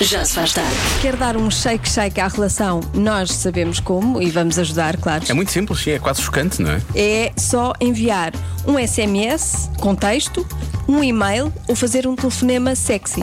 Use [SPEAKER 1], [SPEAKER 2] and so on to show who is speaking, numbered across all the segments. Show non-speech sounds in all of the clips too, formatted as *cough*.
[SPEAKER 1] Já se faz tarde.
[SPEAKER 2] Quer dar um shake shake à relação? Nós sabemos como e vamos ajudar, claro.
[SPEAKER 3] É muito simples, sim, é quase chocante, não é?
[SPEAKER 2] É só enviar um SMS com texto, um e-mail ou fazer um telefonema sexy.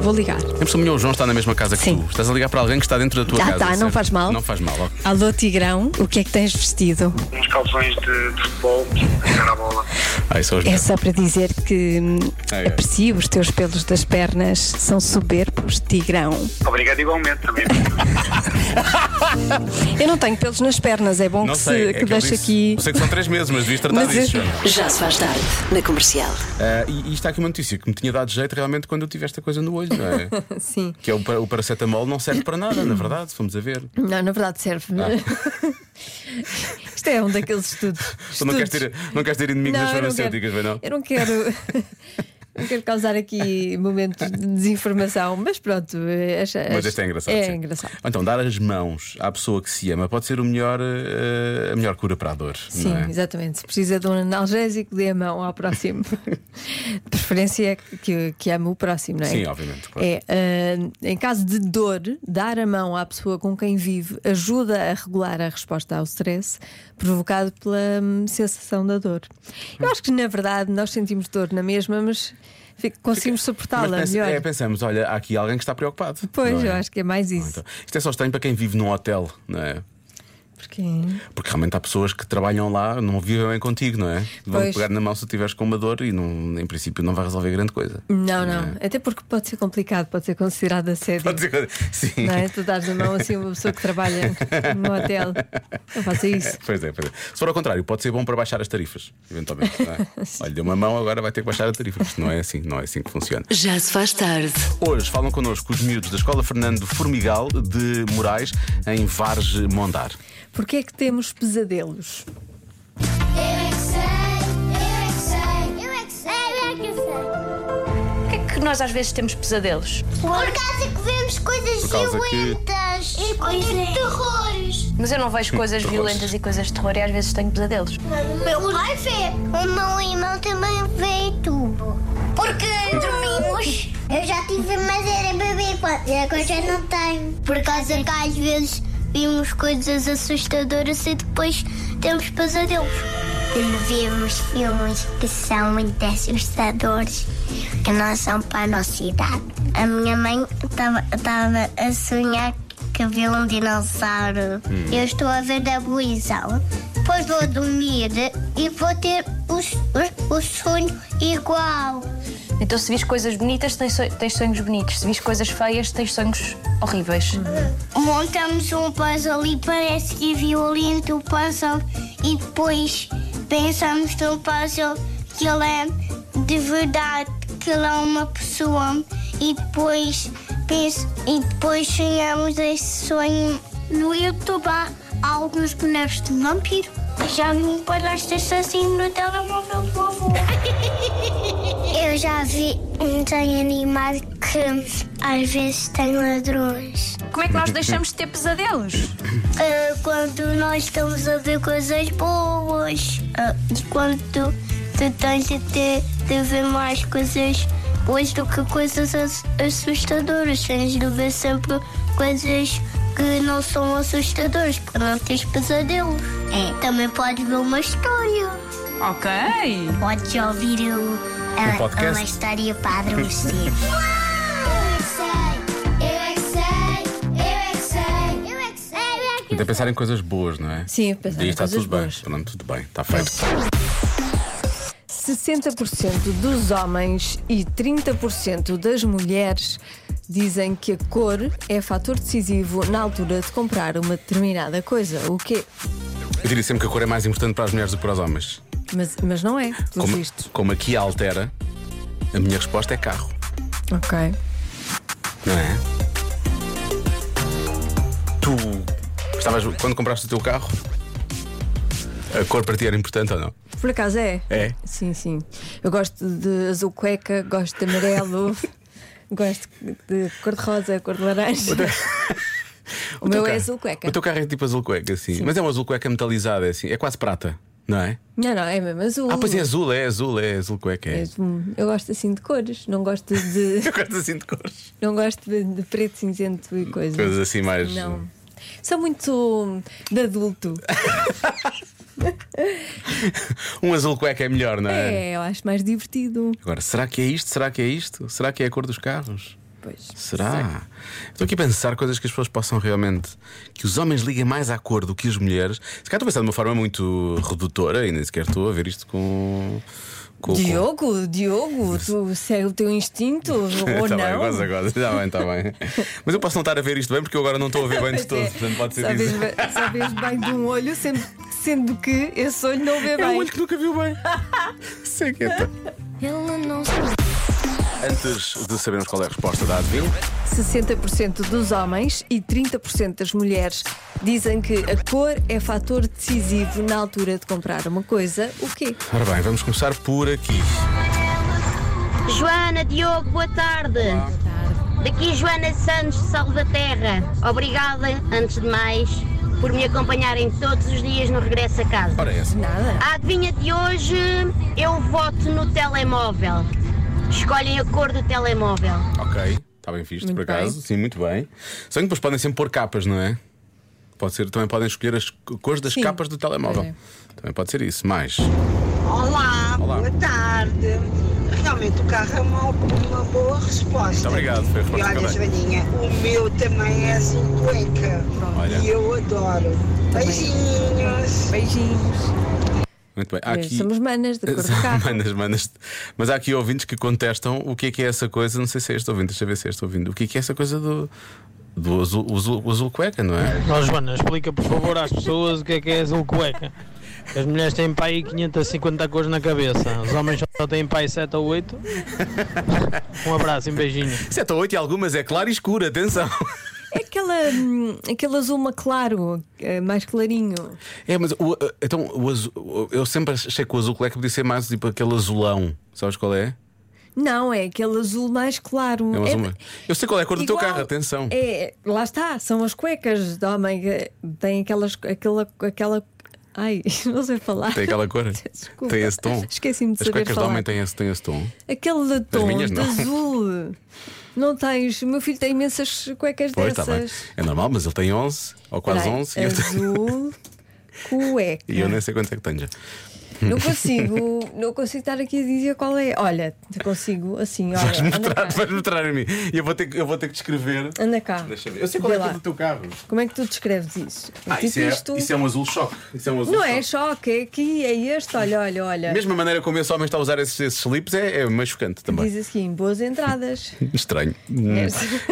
[SPEAKER 2] Vou ligar.
[SPEAKER 3] Sempre melhor o João está na mesma casa que
[SPEAKER 2] Sim.
[SPEAKER 3] tu. Estás a ligar para alguém que está dentro da tua
[SPEAKER 2] Ah,
[SPEAKER 3] casa.
[SPEAKER 2] tá, não
[SPEAKER 3] certo?
[SPEAKER 2] faz mal.
[SPEAKER 3] Não faz mal, ok.
[SPEAKER 2] Alô, Tigrão, o que é que tens vestido?
[SPEAKER 4] uns calções de, de futebol a jogar a bola.
[SPEAKER 3] Ah, isso é os
[SPEAKER 2] É
[SPEAKER 3] meus.
[SPEAKER 2] só para dizer que hum,
[SPEAKER 3] Ai, ai.
[SPEAKER 2] aprecio os teus pelos das pernas, são soberbos, Tigrão.
[SPEAKER 4] Obrigado igualmente
[SPEAKER 5] *laughs*
[SPEAKER 4] também.
[SPEAKER 2] Eu não tenho pelos nas pernas, é bom
[SPEAKER 3] Não
[SPEAKER 2] que,
[SPEAKER 3] sei,
[SPEAKER 2] se,
[SPEAKER 3] é
[SPEAKER 2] que
[SPEAKER 3] eu
[SPEAKER 2] deixe
[SPEAKER 3] disse.
[SPEAKER 2] aqui.
[SPEAKER 3] Eu sei que são três meses, mas devias tratar
[SPEAKER 2] Mas é.
[SPEAKER 3] disso.
[SPEAKER 2] eu-
[SPEAKER 3] João.
[SPEAKER 1] Já se faz tarde. Na comercial.
[SPEAKER 3] Ah, e, e está aqui uma notícia que me tinha dado jeito realmente quando eu tive esta coisa no olho, não é?
[SPEAKER 2] *laughs* Sim.
[SPEAKER 3] que é o, para- o paracetamol não serve para nada, na verdade, se fomos a ver.
[SPEAKER 2] Não, na verdade serve.
[SPEAKER 3] Ah.
[SPEAKER 2] *laughs* Isto é um daqueles estudos.
[SPEAKER 3] Tu não queres ter, não queres ter inimigos nas
[SPEAKER 2] eu não quero.
[SPEAKER 3] farmacêuticas, vai não? é?
[SPEAKER 2] Eu
[SPEAKER 3] *laughs*
[SPEAKER 2] não quero. não quero causar aqui momentos de desinformação, mas pronto. Acho,
[SPEAKER 3] Mas isto é engraçado.
[SPEAKER 2] É
[SPEAKER 3] sim.
[SPEAKER 2] engraçado.
[SPEAKER 3] Ou Então, dar as mãos à pessoa que se ama pode ser o melhor, eh, a melhor cura para a dor.
[SPEAKER 2] Sim,
[SPEAKER 3] não é?
[SPEAKER 2] exatamente. Se precisa de um analgésico, dê a mão
[SPEAKER 3] *laughs*
[SPEAKER 2] ao próximo. de preferência é que, que ame o próximo, não é?
[SPEAKER 3] Sim, obviamente, claro.
[SPEAKER 2] É, ah, em caso de dor, dar a mão à pessoa com quem vive ajuda a regular a resposta ao stress provocado pela hum, sensação da dor.
[SPEAKER 3] Hum.
[SPEAKER 2] Eu acho que, na verdade, nós sentimos dor na mesma, mas fi- conseguimos
[SPEAKER 3] Mas
[SPEAKER 2] suportá-la
[SPEAKER 3] pensa-
[SPEAKER 2] melhor.
[SPEAKER 3] é, pensamos, olha, há aqui alguém que está preocupado.
[SPEAKER 2] Pois,
[SPEAKER 3] não é?
[SPEAKER 2] eu acho que é mais isso.
[SPEAKER 3] Então, isto é só estranho para quem vive num hotel, não é?
[SPEAKER 2] Porque é
[SPEAKER 3] Porque realmente há pessoas que trabalham lá, não vivem bem contigo, não é? Vão
[SPEAKER 2] Pois.
[SPEAKER 3] pegar na mão se tu tiveres com uma dor e não, em princípio não vai resolver grande coisa.
[SPEAKER 2] Não, não. Até porque pode ser complicado, pode ser considerado assédio.
[SPEAKER 3] Pode dizer coisa. Sim.
[SPEAKER 2] Não é? Tu dás a mão assim a uma pessoa
[SPEAKER 3] *laughs*
[SPEAKER 2] que trabalha no hotel. Não faça isso.
[SPEAKER 3] Pois é, pois é. Se for ao contrário, pode ser bom para baixar as tarifas, eventualmente.
[SPEAKER 2] *laughs*
[SPEAKER 3] Não é? Olha, deu uma mão, agora vai ter que baixar a tarifa. Isto não é assim, não é assim que funciona.
[SPEAKER 1] Já se faz tarde.
[SPEAKER 3] Hoje falam connosco os miúdos da Escola Fernando Formigal de Moraes, em Varge Mondar.
[SPEAKER 2] Porquê é que temos pesadelos?
[SPEAKER 6] Eu é que sei, eu é que sei, eu é que sei, eu é que sei.
[SPEAKER 7] Porquê é que nós às vezes temos pesadelos?
[SPEAKER 6] Por causa que vemos coisas
[SPEAKER 3] Por causa que-
[SPEAKER 6] violentas e coisas de terrores.
[SPEAKER 7] Mas eu não vejo coisas violentas e coisas de terror e às vezes tenho pesadelos.
[SPEAKER 6] O meu pai vê. O meu irmão também vê tubo. Porque dormimos. Eu já tive, mas era bebê, quando- e agora já não tenho. Por causa que às vezes vimos coisas assustadoras e depois temos pesadelos. Quando vemos filmes que são muito assustadores, que não são para a nossa idade. A minha mãe estava a sonhar que viu um dinossauro. Eu estou a ver da televisão. Depois vou dormir e vou ter o, o, o sonho igual.
[SPEAKER 7] Então se vis coisas bonitas, tens, so- tens sonhos bonitos. Se vis coisas feias, tens sonhos horríveis.
[SPEAKER 6] Montamos um puzzle e parece que é violento o puzzle e depois pensamos num puzzle que ele é de verdade, que ele é uma pessoa e depois penso, e depois sonhamos esse sonho. No YouTube há alguns bonecos de vampiro. Já vi um palhaço assassino no telemóvel do *laughs* avô. Eu já vi um desenho animado que às vezes tem ladrões.
[SPEAKER 7] Como é que
[SPEAKER 8] *laughs*
[SPEAKER 7] nós deixamos de ter pesadelos?
[SPEAKER 6] Ah, quando nós estamos a ver coisas boas Ah, e quando tu, tu tens de, ter, de ver mais coisas boas do que coisas ass- assustadoras, tens de ver sempre coisas que não são assustadoras para não teres pesadelos. Também podes ver uma história,
[SPEAKER 7] Ok.
[SPEAKER 6] podes ouvir o,
[SPEAKER 3] Um podcast? uma
[SPEAKER 6] história para adormecer. é
[SPEAKER 3] Até pensar em coisas boas, não é?
[SPEAKER 2] Sim, pensar
[SPEAKER 3] Daí
[SPEAKER 2] em
[SPEAKER 3] está
[SPEAKER 2] coisas
[SPEAKER 3] tudo bem.
[SPEAKER 2] boas.
[SPEAKER 3] Pronto, tudo bem, está feito.
[SPEAKER 2] 60% dos homens e 30% das mulheres dizem que a cor é fator decisivo na altura de comprar uma determinada coisa. O quê?
[SPEAKER 3] Eu diria sempre que a cor é mais importante para as mulheres do que para os homens.
[SPEAKER 2] Mas, mas não é, pelos
[SPEAKER 3] Como,
[SPEAKER 2] vistos.
[SPEAKER 3] como aqui a altera, a minha resposta é carro,
[SPEAKER 2] Ok.
[SPEAKER 3] não é? Tu estavas quando compraste o teu carro? A cor para ti era importante ou não?
[SPEAKER 2] Por acaso é?
[SPEAKER 3] É?
[SPEAKER 2] Sim, sim. Eu gosto de azul cueca, gosto de
[SPEAKER 3] *laughs*
[SPEAKER 2] amarelo, gosto de cor de rosa, cor de laranja. O,
[SPEAKER 3] teu
[SPEAKER 2] meu é
[SPEAKER 3] carro-
[SPEAKER 2] azul cueca.
[SPEAKER 3] O teu carro é tipo azul cueca, sim. Mas é um azul cueca metalizado, é assim. É quase prata, não é?
[SPEAKER 2] Não, não, é mesmo azul.
[SPEAKER 3] Ah, pois é azul, é azul, é azul, como é que é?
[SPEAKER 2] Mesmo. Eu gosto assim de cores, não gosto de.
[SPEAKER 3] *laughs*
[SPEAKER 2] *laughs*
[SPEAKER 3] Eu gosto assim de cores.
[SPEAKER 2] Não gosto de, de preto cinzento e coisas.
[SPEAKER 3] Coisas assim mais-
[SPEAKER 2] Não. Sou muito de adulto.
[SPEAKER 3] Um azul cueca é melhor, não é?
[SPEAKER 2] É, eu acho mais divertido.
[SPEAKER 3] Agora, será que é isto? Será que é isto? Será que é a cor dos carros?
[SPEAKER 2] Pois.
[SPEAKER 3] Será? Estou aqui a pensar coisas que as pessoas possam realmente. que os homens liguem mais à cor do que as mulheres. Se calhar estou a pensar de uma forma muito redutora e nem sequer estou a ver isto com. com com-
[SPEAKER 2] Diogo, Diogo, tu segue o teu instinto ou
[SPEAKER 3] *laughs* Tá bem,
[SPEAKER 2] não?
[SPEAKER 3] goza, goza. Está bem, está bem. Mas eu posso não estar a ver isto bem porque eu agora não estou a ver bem de
[SPEAKER 2] Pois
[SPEAKER 3] todo.
[SPEAKER 2] é.
[SPEAKER 3] Portanto, pode ser
[SPEAKER 2] só
[SPEAKER 3] isso.
[SPEAKER 2] vês, bem- só vês bem de um olho, sendo, sendo que esse olho não vê
[SPEAKER 3] É um
[SPEAKER 2] bem.
[SPEAKER 3] olho que nunca viu *laughs* bem. Sei que é. tão-
[SPEAKER 7] Ele não
[SPEAKER 3] Antes de sabermos qual é a resposta da Advil,
[SPEAKER 2] 60% dos homens e 30% das mulheres dizem que a cor é fator decisivo na altura de comprar uma coisa. O quê?
[SPEAKER 3] ora bem, vamos começar por aqui.
[SPEAKER 9] Joana, Diogo, boa tarde. Daqui Joana Santos de Salvaterra. Obrigada, antes de mais, por me acompanharem todos os dias no regresso a casa.
[SPEAKER 3] Ora, essa.
[SPEAKER 2] Nada.
[SPEAKER 9] A adivinha de hoje, eu voto no telemóvel. Escolhem a cor do telemóvel.
[SPEAKER 3] Ok, está bem visto,
[SPEAKER 2] Muito
[SPEAKER 3] por acaso.
[SPEAKER 2] bem.
[SPEAKER 3] Sim, muito bem. Só que depois podem sempre pôr capas, não é? Pode ser, também podem escolher as co- cores das
[SPEAKER 2] Sim. É.
[SPEAKER 3] capas do telemóvel.
[SPEAKER 2] Pois
[SPEAKER 3] Também pode ser isso. Mais.
[SPEAKER 10] Olá,
[SPEAKER 3] Olá.
[SPEAKER 10] boa tarde. Realmente o carro é uma, uma boa resposta.
[SPEAKER 3] Muito obrigado, foi a
[SPEAKER 10] E
[SPEAKER 3] resposta que
[SPEAKER 10] olha,
[SPEAKER 3] eu dei.
[SPEAKER 10] Joaninha, o meu também é azul cueca.
[SPEAKER 3] Olha.
[SPEAKER 10] E eu adoro. Beijinhos.
[SPEAKER 3] Muito bem. Há aqui. *laughs*
[SPEAKER 2] Somos manas da cor do carro.
[SPEAKER 3] manas, manas. Mas há aqui ouvintes que contestam o que é que é essa coisa. Não sei se é este ouvinte, deixa eu ver se é este ouvinte. O que é que é essa coisa do. Do azul, o azul, o azul cueca, não é?
[SPEAKER 8] Ó Joana, explica por favor às pessoas o que é que é azul cueca. As mulheres têm para aí 550 cores na cabeça, os homens só têm para aí 7 ou 8.
[SPEAKER 11] *laughs*
[SPEAKER 8] Um abraço e um beijinho.
[SPEAKER 3] 7 ou 8 e algumas é claro e escuro, atenção.
[SPEAKER 2] É aquela, hum, aquele azul mais claro, eh, mais clarinho.
[SPEAKER 3] É, mas o, então, o azul, eu sempre achei que o azul cueca podia ser mais tipo aquele azulão. Sabes qual é?
[SPEAKER 2] Não, é aquele azul mais claro.
[SPEAKER 3] É um azul mais- Eu sei qual é a cor do teu
[SPEAKER 2] igual-
[SPEAKER 3] carro, atenção.
[SPEAKER 2] É, lá está, são as cuecas de homem que têm aquelas, aquela, aquela. Ai, *laughs* não sei falar.
[SPEAKER 3] Tem aquela cor?
[SPEAKER 2] *laughs* Desculpa.
[SPEAKER 3] Tem esse tom?
[SPEAKER 2] Esqueci-me de
[SPEAKER 3] As
[SPEAKER 2] saber
[SPEAKER 3] cuecas de
[SPEAKER 2] falar.
[SPEAKER 3] homem têm esse, têm esse tom.
[SPEAKER 2] Aquele tom
[SPEAKER 3] minhas
[SPEAKER 2] de
[SPEAKER 3] não.
[SPEAKER 2] azul. Não tens. O meu filho tem imensas cuecas
[SPEAKER 3] Pois, está bem.
[SPEAKER 2] dessas.
[SPEAKER 3] É normal, mas ele tem 11 ou quase
[SPEAKER 2] Espera aí,
[SPEAKER 3] 11 e eu, tenho-
[SPEAKER 2] Azul. Cueca.
[SPEAKER 3] e eu nem sei quantos é que
[SPEAKER 2] *laughs*
[SPEAKER 3] tenho já.
[SPEAKER 2] Não consigo, não consigo estar aqui a dizer qual é. Olha, consigo assim, olha.
[SPEAKER 3] Vais
[SPEAKER 2] anda
[SPEAKER 3] mostrar,
[SPEAKER 2] cá.
[SPEAKER 3] vais mostrar a mim. E eu vou ter, que- eu vou ter que descrever.
[SPEAKER 2] Anda cá.
[SPEAKER 3] Deixa eu ver. Eu sei qual é
[SPEAKER 2] Vê
[SPEAKER 3] a cor
[SPEAKER 2] lá.
[SPEAKER 3] do teu carro.
[SPEAKER 2] Como é que tu descreves isso?
[SPEAKER 3] Ah,
[SPEAKER 2] Tipo
[SPEAKER 3] isso, é,
[SPEAKER 2] isto-
[SPEAKER 3] isso é um azul choque. Isso é um azul
[SPEAKER 2] Não
[SPEAKER 3] choque.
[SPEAKER 2] é choque, é aqui, é este, olha, olha, olha.
[SPEAKER 3] A mesma maneira como esse homem está a usar esses, esses slips é, é mais chocante também.
[SPEAKER 2] Diz assim, boas entradas.
[SPEAKER 3] *laughs* Estranho. *laughs*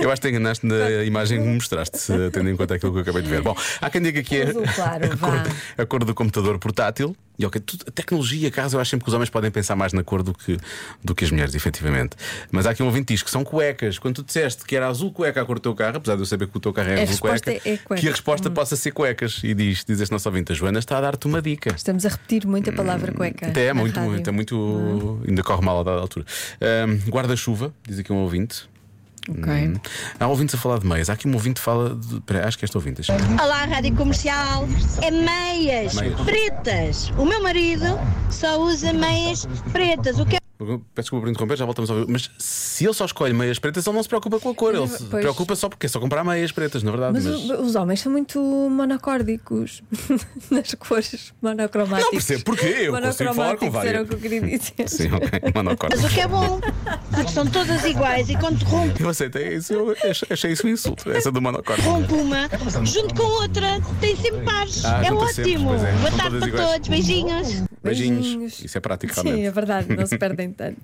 [SPEAKER 3] Eu acho que te enganaste na imagem que me mostraste, se- tendo em conta aquilo que eu acabei de ver. Bom, há quem diga que é
[SPEAKER 2] Azul
[SPEAKER 3] *laughs*
[SPEAKER 2] claro,
[SPEAKER 3] a, cor,
[SPEAKER 2] vá.
[SPEAKER 3] a cor do computador portátil. E ok, tudo- a tecnologia, caso eu acho sempre que os homens podem pensar mais na cor do que, do que as mulheres, efetivamente. Mas há aqui um ouvinte que diz que são cuecas. Quando tu disseste que era azul cueca a cor do teu carro, apesar de eu saber que o teu carro é
[SPEAKER 2] A
[SPEAKER 3] azul
[SPEAKER 2] resposta
[SPEAKER 3] cueca,
[SPEAKER 2] é cueca.
[SPEAKER 3] que a resposta possa ser cuecas. E diz, diz este nosso ouvinte, a Joana está a dar-te uma dica.
[SPEAKER 2] Estamos a repetir muito a palavra cueca.
[SPEAKER 3] Até é
[SPEAKER 2] na
[SPEAKER 3] muito,
[SPEAKER 2] rádio.
[SPEAKER 3] muito, é muito. Ainda corre mal a dada altura. Ahm, Guarda-chuva, diz aqui um ouvinte. Hum.
[SPEAKER 2] Ok.
[SPEAKER 3] Há ouvintes a falar de meias. Há aqui um ouvinte que fala. De... Peraí, acho que é este ouvinte. deixa-
[SPEAKER 12] Olá, Rádio Comercial. É meias,
[SPEAKER 3] Meias.
[SPEAKER 12] pretas. O meu marido só usa meias pretas. O que é
[SPEAKER 3] Peço desculpa por interromper, já voltamos a ouvir. Mas se ele só escolhe meias pretas, ele não se preocupa com a cor. Ele se
[SPEAKER 2] Pois.
[SPEAKER 3] preocupa só porque é só comprar meias pretas, na verdade.
[SPEAKER 2] Mas,
[SPEAKER 3] Mas,
[SPEAKER 2] o- os homens são muito monocórdicos *laughs* nas cores monocromáticas.
[SPEAKER 3] Não percebo porquê, eu consigo falar com
[SPEAKER 2] Monocromáticos
[SPEAKER 3] várias.
[SPEAKER 2] Era o que eu queria dizer.
[SPEAKER 3] Sim,
[SPEAKER 2] *laughs*
[SPEAKER 3] ok. Monocorte.
[SPEAKER 12] mas o que é bom, porque são todas iguais e quando rompe,
[SPEAKER 3] Eu aceitei isso, eu ach- achei isso um insulto. Essa do monocorte.
[SPEAKER 12] rompe uma, junto com outra, tem sempre pares.
[SPEAKER 3] Ah,
[SPEAKER 12] é
[SPEAKER 3] junta sempre,
[SPEAKER 12] ótimo.
[SPEAKER 3] pois é.
[SPEAKER 12] Boa
[SPEAKER 3] São
[SPEAKER 12] tarde para
[SPEAKER 3] todas iguais.
[SPEAKER 12] todos. Beijinhos.
[SPEAKER 3] Beijinhos.
[SPEAKER 2] Beijinhos.
[SPEAKER 3] Isso é prático,
[SPEAKER 2] Sim, é
[SPEAKER 3] realmente.
[SPEAKER 2] verdade, não se perdem tanto.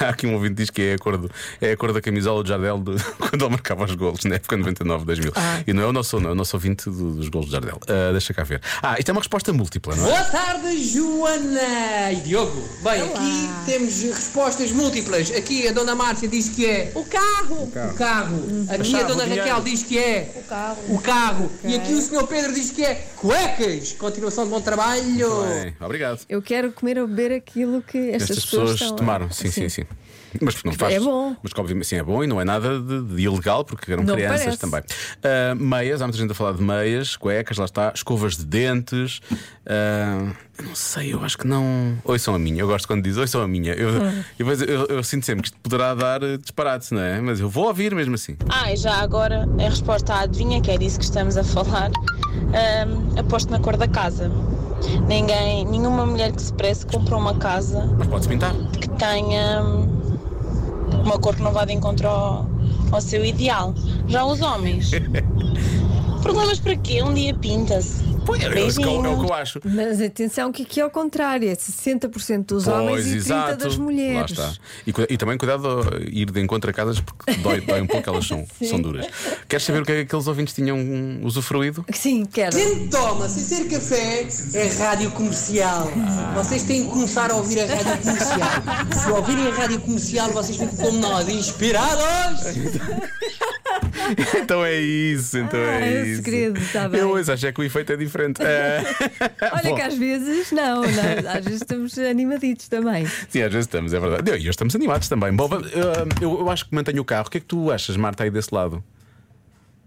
[SPEAKER 3] Há aqui um ouvinte que diz que é a cor, do- é a cor da camisola do Jardel do- *laughs* quando ele marcava os golos, na época 99, 2000. E não é o nosso, não, é o nosso ouvinte do- dos golos do Jardel. Ah, deixa cá ver. Ah, isto é uma resposta múltipla, não é?
[SPEAKER 13] Boa tarde, Joana e Diogo. Bem, aqui temos respostas múltiplas. Aqui a Dona Márcia diz que é o carro. O carro. A minha Dona Raquel diz que é o carro. O carro. E aqui o Sr. Pedro diz que é cuecas. Continuação de bom trabalho.
[SPEAKER 3] Bem, obrigado.
[SPEAKER 2] Eu quero comer ou beber aquilo que estas,
[SPEAKER 3] Estas pessoas
[SPEAKER 2] estão a-
[SPEAKER 3] tomaram, sim, sim, sim. Mas que não faz.
[SPEAKER 2] É bom.
[SPEAKER 3] Mas que obviamente sim é bom e não é nada de, de ilegal porque eram
[SPEAKER 2] Não
[SPEAKER 3] crianças
[SPEAKER 2] parece.
[SPEAKER 3] também. Ah, meias, há muita gente a falar de meias, cuecas, lá está, escovas de dentes. ah, eu não sei, eu acho que não. Oi, são a minha. Eu gosto quando diz oi, são a minha.
[SPEAKER 2] *laughs*
[SPEAKER 3] Eu, eu, eu- eu sinto sempre que isto poderá dar eh, disparates, não é? Mas eu vou ouvir mesmo assim.
[SPEAKER 11] Ah, e já agora, em resposta à adivinha, que é disso que estamos a falar, ahm, aposto na cor da casa. Ninguém, nenhuma mulher que se presse comprou uma casa
[SPEAKER 3] Mas pode-se pintar.
[SPEAKER 11] que tenha hum, uma cor que não vá de encontro ao, ao seu ideal. Já os homens. Problemas para quê? Um dia pinta-se.
[SPEAKER 3] Pois, é isso que eu- é o que eu acho.
[SPEAKER 2] Mas atenção, que aqui é o contrário: é 60% dos homens e 30% das
[SPEAKER 3] Lá
[SPEAKER 2] mulheres.
[SPEAKER 3] está. E, cu- e também cuidado a ir de encontro a casas porque dói, dói um pouco, elas *laughs* são,
[SPEAKER 2] Sim.
[SPEAKER 3] são duras. Queres saber o que é que aqueles ouvintes tinham usufruído?
[SPEAKER 2] *laughs* Sim, quero.
[SPEAKER 13] Quem toma sem ser café é rádio comercial. Vocês têm que começar a ouvir a rádio comercial. Se ouvirem a rádio comercial, vocês ficam como nós, inspirados!
[SPEAKER 3] *laughs* então é isso, então
[SPEAKER 2] Ah, é
[SPEAKER 3] é
[SPEAKER 2] o
[SPEAKER 3] isso.
[SPEAKER 2] segredo, tá bem.
[SPEAKER 3] Eu hoje acho é que o efeito é diferente. É.
[SPEAKER 2] Olha
[SPEAKER 3] Bom,
[SPEAKER 2] que às vezes não,
[SPEAKER 3] *laughs*
[SPEAKER 2] não, às vezes estamos animaditos também.
[SPEAKER 3] Sim, às vezes estamos, é verdade. E hoje estamos animados também. Bom, vamos- ah, eu, eu acho que mantenho o carro. O que é que tu achas, Marta, aí desse lado?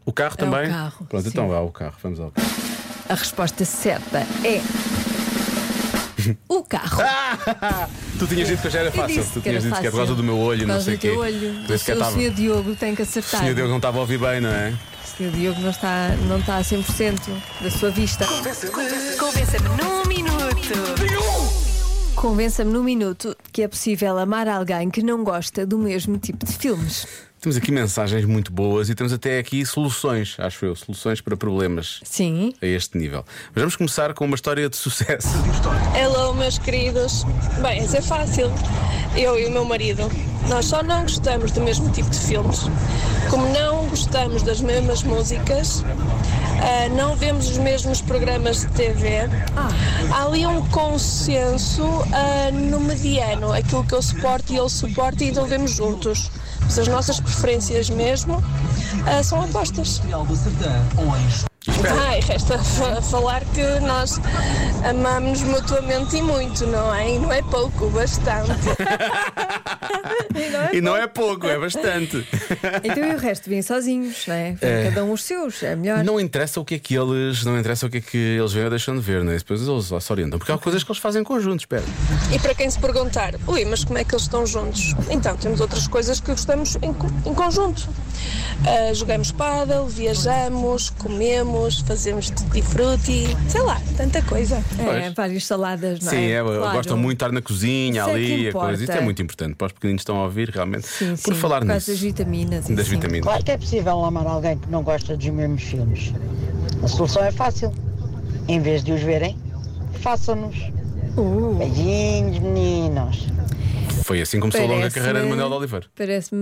[SPEAKER 3] O carro
[SPEAKER 2] É o
[SPEAKER 3] também?
[SPEAKER 2] carro,
[SPEAKER 3] Pronto,
[SPEAKER 2] sim.
[SPEAKER 3] então vá, o carro. Vamos ao carro.
[SPEAKER 2] A resposta certa é. O carro.
[SPEAKER 3] Tu tinhas dito que hoje era
[SPEAKER 2] Eu
[SPEAKER 3] Ah, fácil.
[SPEAKER 2] disse
[SPEAKER 3] Tu tinhas
[SPEAKER 2] era
[SPEAKER 3] dito que é por causa
[SPEAKER 2] fácil.
[SPEAKER 3] do meu olho,
[SPEAKER 2] Por
[SPEAKER 3] não
[SPEAKER 2] causa
[SPEAKER 3] sei
[SPEAKER 2] do teu
[SPEAKER 3] quê.
[SPEAKER 2] olho.
[SPEAKER 3] Por isso que eu
[SPEAKER 2] o
[SPEAKER 3] estava-
[SPEAKER 2] senhor Diogo tem que acertar.
[SPEAKER 3] Senhor Deus não estava a ouvir bem, não é?
[SPEAKER 2] O senhor Diogo não está, não está a 100% da sua vista.
[SPEAKER 1] Convença-me num minuto.
[SPEAKER 2] Convença-me num minuto que é possível amar alguém que não gosta do mesmo tipo de filmes.
[SPEAKER 3] Temos aqui mensagens muito boas e temos até aqui soluções, acho eu, soluções para problemas
[SPEAKER 2] Sim.
[SPEAKER 3] a este nível. Mas vamos começar com uma história de sucesso.
[SPEAKER 14] Hello, meus queridos. Bem, isso é fácil. Eu e o meu marido, nós só não gostamos do mesmo tipo de filmes. Como não gostamos das mesmas músicas, ah, não vemos os mesmos programas de TV, há ali um consenso ah, no mediano, aquilo que eu suporto e ele suporta e então vemos juntos. Mas as nossas preferências mesmo ah, são opostas. Ah, e resta fa- falar que nós amamos mutuamente e muito, não é? E não é pouco, bastante.
[SPEAKER 3] E não é pouco, é
[SPEAKER 2] *laughs*
[SPEAKER 3] bastante.
[SPEAKER 2] Então e o resto vêm sozinhos, não é? Vêm
[SPEAKER 3] É.
[SPEAKER 2] Cada um os seus, é melhor.
[SPEAKER 3] Não interessa o que é que eles, não interessa o que é que eles vêm ou deixam de ver, né? Depois eles lá se orientam, porque há coisas que eles fazem conjuntos,
[SPEAKER 2] É,
[SPEAKER 3] espera.
[SPEAKER 14] E para quem se perguntar, ui, mas como é que eles estão juntos? Então, temos outras coisas que gostamos em, co- em conjunto. Ah, jogamos pádel, viajamos, comemos, fazemos tutti-frutti, sei lá, tanta coisa.
[SPEAKER 2] É, várias saladas, não
[SPEAKER 3] Sim,
[SPEAKER 2] é?
[SPEAKER 3] é,
[SPEAKER 2] Claro.
[SPEAKER 3] gostam muito de estar na cozinha,
[SPEAKER 2] Isso é que
[SPEAKER 3] ali, a
[SPEAKER 2] importa.
[SPEAKER 3] coisa. Isto é muito importante para os pequeninos que estão a ouvir, realmente.
[SPEAKER 2] Sim,
[SPEAKER 3] Por
[SPEAKER 2] sim,
[SPEAKER 3] falar
[SPEAKER 2] por
[SPEAKER 3] nisso.
[SPEAKER 2] causa das vitaminas. e
[SPEAKER 3] das
[SPEAKER 2] assim.
[SPEAKER 3] vitaminas.
[SPEAKER 15] Claro que é possível amar alguém que não gosta dos mesmos filmes. A solução é fácil. Em vez de os verem, façam-nos. Beijinhos, meninos.
[SPEAKER 3] Foi assim que começou logo a
[SPEAKER 2] Parece-me-
[SPEAKER 3] carreira de Manuel de Oliveira.
[SPEAKER 2] Parece-me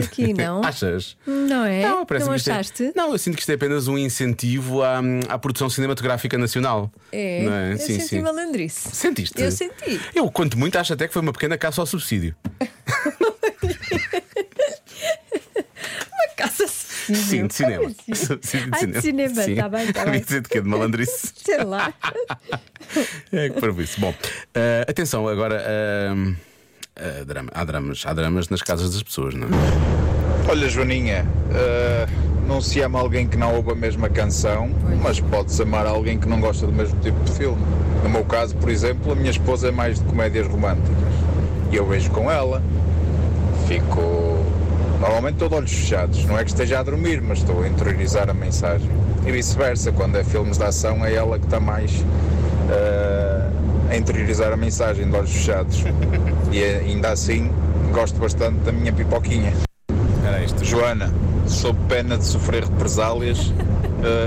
[SPEAKER 3] *laughs*
[SPEAKER 2] aqui, não?
[SPEAKER 3] Achas?
[SPEAKER 2] Não é?
[SPEAKER 3] Não, parece
[SPEAKER 2] não
[SPEAKER 3] que isto é-
[SPEAKER 2] achaste?
[SPEAKER 3] Não, eu sinto que isto é apenas um incentivo à, à produção cinematográfica nacional.
[SPEAKER 2] É,
[SPEAKER 3] Não é?
[SPEAKER 2] eu
[SPEAKER 3] Sim,
[SPEAKER 2] senti
[SPEAKER 3] sim.
[SPEAKER 2] malandrice.
[SPEAKER 3] Sentiste?
[SPEAKER 2] Eu senti.
[SPEAKER 3] Eu, quanto muito, acho até que foi uma pequena caça ao subsídio.
[SPEAKER 2] Uma caça civil.
[SPEAKER 3] Sim, de
[SPEAKER 2] *laughs*
[SPEAKER 3] cinema.
[SPEAKER 2] Como assim?
[SPEAKER 3] Sim,
[SPEAKER 2] Ai, de cinema,
[SPEAKER 3] Sim. *laughs*
[SPEAKER 2] tá bem, tá bem.
[SPEAKER 3] Ia dizer de quê? De malandrice.
[SPEAKER 2] Sei lá.
[SPEAKER 3] É que para isso. Bom, eh, atenção, agora. eh, eh, drama- há, dramas, há dramas nas casas das pessoas, não é?
[SPEAKER 5] Olha, Joaninha, ah, É. não se ama alguém que não ouve a mesma canção, mas pode-se amar alguém que não gosta do mesmo tipo de filme. No meu caso, por exemplo, a minha esposa é mais de comédias românticas. E eu vejo com ela, fico normalmente todo olhos fechados. Não é que esteja a dormir, mas estou a interiorizar a mensagem. E vice-versa, quando é filmes de ação, é ela que está mais ah, a interiorizar a mensagem de olhos fechados. E ainda assim, gosto bastante da minha pipoquinha. Joana, sob pena de sofrer
[SPEAKER 2] *laughs*
[SPEAKER 5] represálias,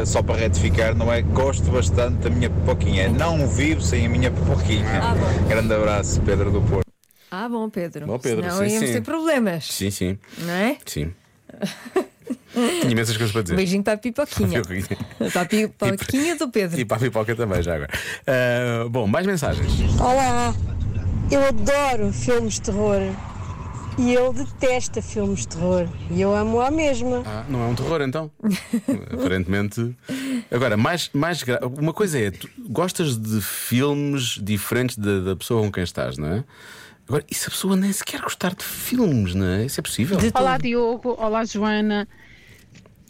[SPEAKER 5] eh, só para retificar, não é? Gosto bastante da minha pipoquinha. Não vivo sem a minha pipoquinha.
[SPEAKER 2] Ah, bom.
[SPEAKER 5] Grande abraço, Pedro do Porto.
[SPEAKER 2] Ah, bom, Pedro.
[SPEAKER 3] Bom, Pedro,
[SPEAKER 2] Senão
[SPEAKER 3] sim,
[SPEAKER 2] íamos
[SPEAKER 3] sim.
[SPEAKER 2] ter problemas,
[SPEAKER 3] Sim, sim.
[SPEAKER 2] não é? *laughs* Um
[SPEAKER 3] Sim. Tinha imensas coisas para dizer.
[SPEAKER 2] Beijinho para
[SPEAKER 3] *laughs*
[SPEAKER 2] a pipoquinha. para a pipoquinha do Pedro.
[SPEAKER 3] E para a pipoca também, já agora. Eh, bom, mais mensagens.
[SPEAKER 16] Olá, eu adoro filmes de terror e ele detesta filmes de terror e eu amo a mesma.
[SPEAKER 3] Ah, não é um
[SPEAKER 16] *laughs*
[SPEAKER 3] terror então? Aparentemente. Agora, mais, mais gra- uma coisa é: tu gostas de filmes diferentes da, da pessoa com quem estás, não é? Agora, e se a pessoa nem sequer gostar de filmes, não é? Isso é possível?
[SPEAKER 17] Olá Diogo, olá Joana.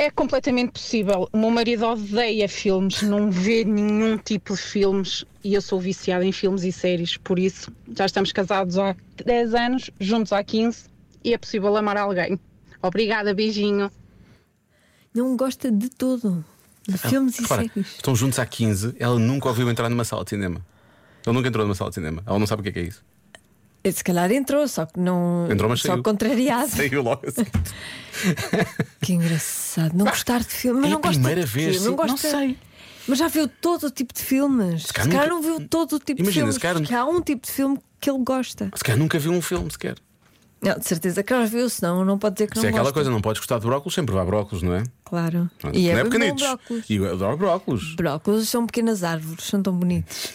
[SPEAKER 17] É completamente possível. O meu marido odeia filmes, não vê nenhum tipo de filmes e eu sou viciada em filmes e séries, por isso já estamos casados há 10 anos, juntos há 15 e é possível amar alguém. Obrigada, beijinho.
[SPEAKER 2] Não gosta de todo. De
[SPEAKER 3] Ah,
[SPEAKER 2] filmes e
[SPEAKER 3] Repara,
[SPEAKER 2] séries.
[SPEAKER 3] Estão juntos há 15, ela nunca ouviu entrar numa sala de cinema. Ele nunca entrou numa sala de cinema. Ela não sabe o que é que é isso.
[SPEAKER 2] Eh, Se calhar entrou, só que não.
[SPEAKER 3] Entrou, mas
[SPEAKER 2] só
[SPEAKER 3] saiu.
[SPEAKER 2] contrariado.
[SPEAKER 3] Saiu logo assim.
[SPEAKER 2] Que engraçado. Não gostar de filme.
[SPEAKER 3] é
[SPEAKER 2] Mas
[SPEAKER 3] a
[SPEAKER 2] não gosta
[SPEAKER 3] primeira
[SPEAKER 2] de quê?
[SPEAKER 3] vez, sim.
[SPEAKER 2] Não, gosta...
[SPEAKER 3] Não sei.
[SPEAKER 2] Mas já viu todo o tipo de filmes. Se
[SPEAKER 3] calhar
[SPEAKER 2] calhar
[SPEAKER 3] nunca-
[SPEAKER 2] não viu todo o tipo
[SPEAKER 3] Imagina,
[SPEAKER 2] de
[SPEAKER 3] se
[SPEAKER 2] filmes.
[SPEAKER 3] calhar-
[SPEAKER 2] porque há um tipo de filme que ele gosta.
[SPEAKER 3] Se calhar nunca viu um filme sequer.
[SPEAKER 2] Não, de certeza que já viu, senão não pode dizer
[SPEAKER 3] Se
[SPEAKER 2] que
[SPEAKER 3] é
[SPEAKER 2] não
[SPEAKER 3] aquela
[SPEAKER 2] gosta.
[SPEAKER 3] coisa, não podes gostar de brócolos, sempre vá brócolos, não é?
[SPEAKER 2] Claro.
[SPEAKER 3] Não
[SPEAKER 2] E é
[SPEAKER 3] é
[SPEAKER 2] bem bom
[SPEAKER 3] pequenitos.
[SPEAKER 2] brócolos.
[SPEAKER 3] E eu adoro brócolos.
[SPEAKER 2] Brócolos são pequenas árvores, são tão bonitos.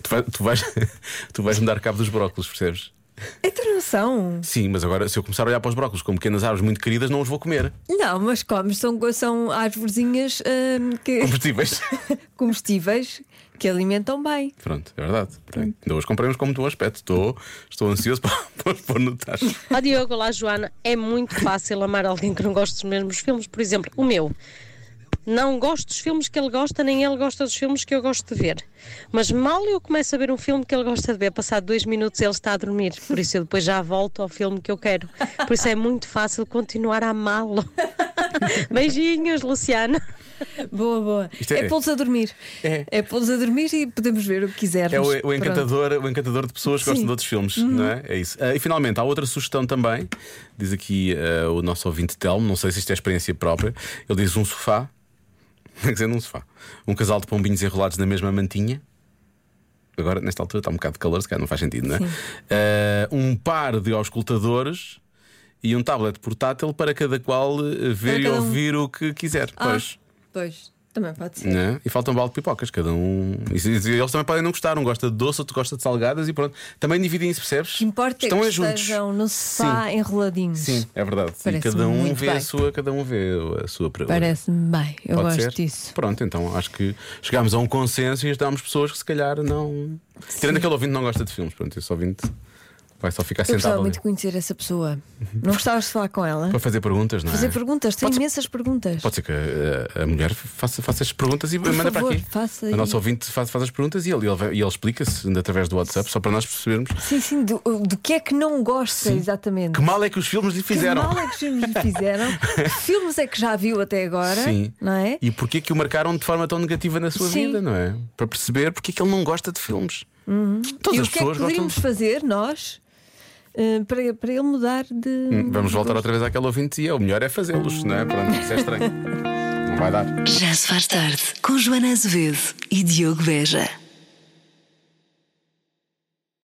[SPEAKER 3] Tu, vai- tu vais, *laughs* tu vais me dar cabo dos brócolos, percebes?
[SPEAKER 2] Então não são.
[SPEAKER 3] Sim, mas agora se eu começar a olhar para os brócolos como pequenas árvores muito queridas, não os vou comer.
[SPEAKER 2] Não, mas comes, são, são árvorezinhas hum, que,
[SPEAKER 3] Convertíveis.
[SPEAKER 2] *laughs* comestíveis que alimentam bem.
[SPEAKER 3] *laughs* Pronto, é verdade. Pronto. Ainda hoje comprei-os como do aspecto. Estou, estou ansioso *laughs* para, para os pôr no tacho.
[SPEAKER 18] Olá Diogo, olá Joana. É muito fácil amar alguém que não gosta dos mesmos filmes. Por exemplo, o meu. Não gosto dos filmes que ele gosta, nem ele gosta dos filmes que eu gosto de ver. Mas mal eu começo a ver um filme que ele gosta de ver, passado dois minutos ele está a dormir. Por isso eu depois já volto ao filme que eu quero. Por isso é muito fácil continuar a amá-lo. Beijinhos, Luciana.
[SPEAKER 2] Boa, boa.
[SPEAKER 3] Isto é-
[SPEAKER 2] é pô-los a dormir. É, pô-los a dormir e podemos ver o que quisermos.
[SPEAKER 3] É o, o
[SPEAKER 2] Pronto.
[SPEAKER 3] encantador, o encantador de pessoas que
[SPEAKER 2] Sim.
[SPEAKER 3] gostam de outros filmes,
[SPEAKER 2] Uhum.
[SPEAKER 3] não é? É isso. Ah, e finalmente, há outra sugestão também, diz aqui ah, o nosso ouvinte Telmo, não sei se isto é experiência própria. Ele diz um sofá, *laughs* quer dizer, um sofá, um casal de pombinhos enrolados na mesma mantinha. Agora, nesta altura, está um bocado de calor, se calhar não faz sentido, não é? Ah, um par de auscultadores e um tablet portátil para cada qual ah, ver
[SPEAKER 2] Para
[SPEAKER 3] e
[SPEAKER 2] cada um.
[SPEAKER 3] ouvir o que quiser.
[SPEAKER 2] Ah,
[SPEAKER 3] Pois.
[SPEAKER 2] Pois, também pode ser.
[SPEAKER 3] Né? E faltam um balde de pipocas, cada um. E, e- e eles também podem não gostar, um gosta de doce, outro gosta de salgadas e pronto. Também dividem-se, percebes? Que
[SPEAKER 2] Importa
[SPEAKER 3] Estão
[SPEAKER 2] que
[SPEAKER 3] é juntos.
[SPEAKER 2] estejam no sofá
[SPEAKER 3] Sim.
[SPEAKER 2] enroladinhos.
[SPEAKER 3] Sim, é verdade. E
[SPEAKER 2] Parece-me
[SPEAKER 3] cada um
[SPEAKER 2] muito
[SPEAKER 3] vê a
[SPEAKER 2] bem.
[SPEAKER 3] sua, cada um vê a sua pre-
[SPEAKER 2] Parece-me bem, eu
[SPEAKER 3] Pode
[SPEAKER 2] gosto
[SPEAKER 3] ser?
[SPEAKER 2] disso.
[SPEAKER 3] Pronto, então acho que chegámos a um consenso e ajudámos pessoas que se calhar não. Tirando aquele ouvinte que não gosta de filmes, pronto, esse ouvinte vai só ficar
[SPEAKER 2] Eu
[SPEAKER 3] sentado
[SPEAKER 2] gostava
[SPEAKER 3] ali
[SPEAKER 2] muito de conhecer essa pessoa. Não gostavas de falar com ela?
[SPEAKER 3] para fazer perguntas, não é?
[SPEAKER 2] Fazer perguntas, tem
[SPEAKER 3] Pode ser-
[SPEAKER 2] imensas perguntas.
[SPEAKER 3] Pode ser que eh, a, a mulher faça, faça as perguntas e
[SPEAKER 2] Por
[SPEAKER 3] manda
[SPEAKER 2] favor,
[SPEAKER 3] para aqui.
[SPEAKER 2] faça
[SPEAKER 3] a
[SPEAKER 2] aí.
[SPEAKER 3] nossa ouvinte faz, faz as perguntas e ele, ele, vai- e ele explica-se ainda através do WhatsApp, só para nós percebermos
[SPEAKER 2] Sim, sim, do, do que é que não gosta
[SPEAKER 3] Sim.
[SPEAKER 2] exatamente?
[SPEAKER 3] que mal é que os filmes lhe fizeram.
[SPEAKER 2] Que mal é que os filmes lhe fizeram? que filmes é que já viu até agora?
[SPEAKER 3] Sim.
[SPEAKER 2] Não é?
[SPEAKER 3] E porquê que o marcaram de forma tão negativa na sua
[SPEAKER 2] Sim.
[SPEAKER 3] vida, não é? Para perceber porque é que ele não gosta de filmes.
[SPEAKER 2] Uhum.
[SPEAKER 3] Todas
[SPEAKER 2] e
[SPEAKER 3] as
[SPEAKER 2] o que é que
[SPEAKER 3] pessoas gostam
[SPEAKER 2] poderíamos
[SPEAKER 3] de-
[SPEAKER 2] fazer nós eh, para, para ele mudar de.
[SPEAKER 3] Hum, Vamos voltar outra vez àquela ouvinte e é, o melhor é fazê-los, não é? Pronto, isso é
[SPEAKER 2] *laughs*
[SPEAKER 3] estranho. Não vai dar.
[SPEAKER 1] Já se faz tarde com Joana Azevedo e Diogo Veja.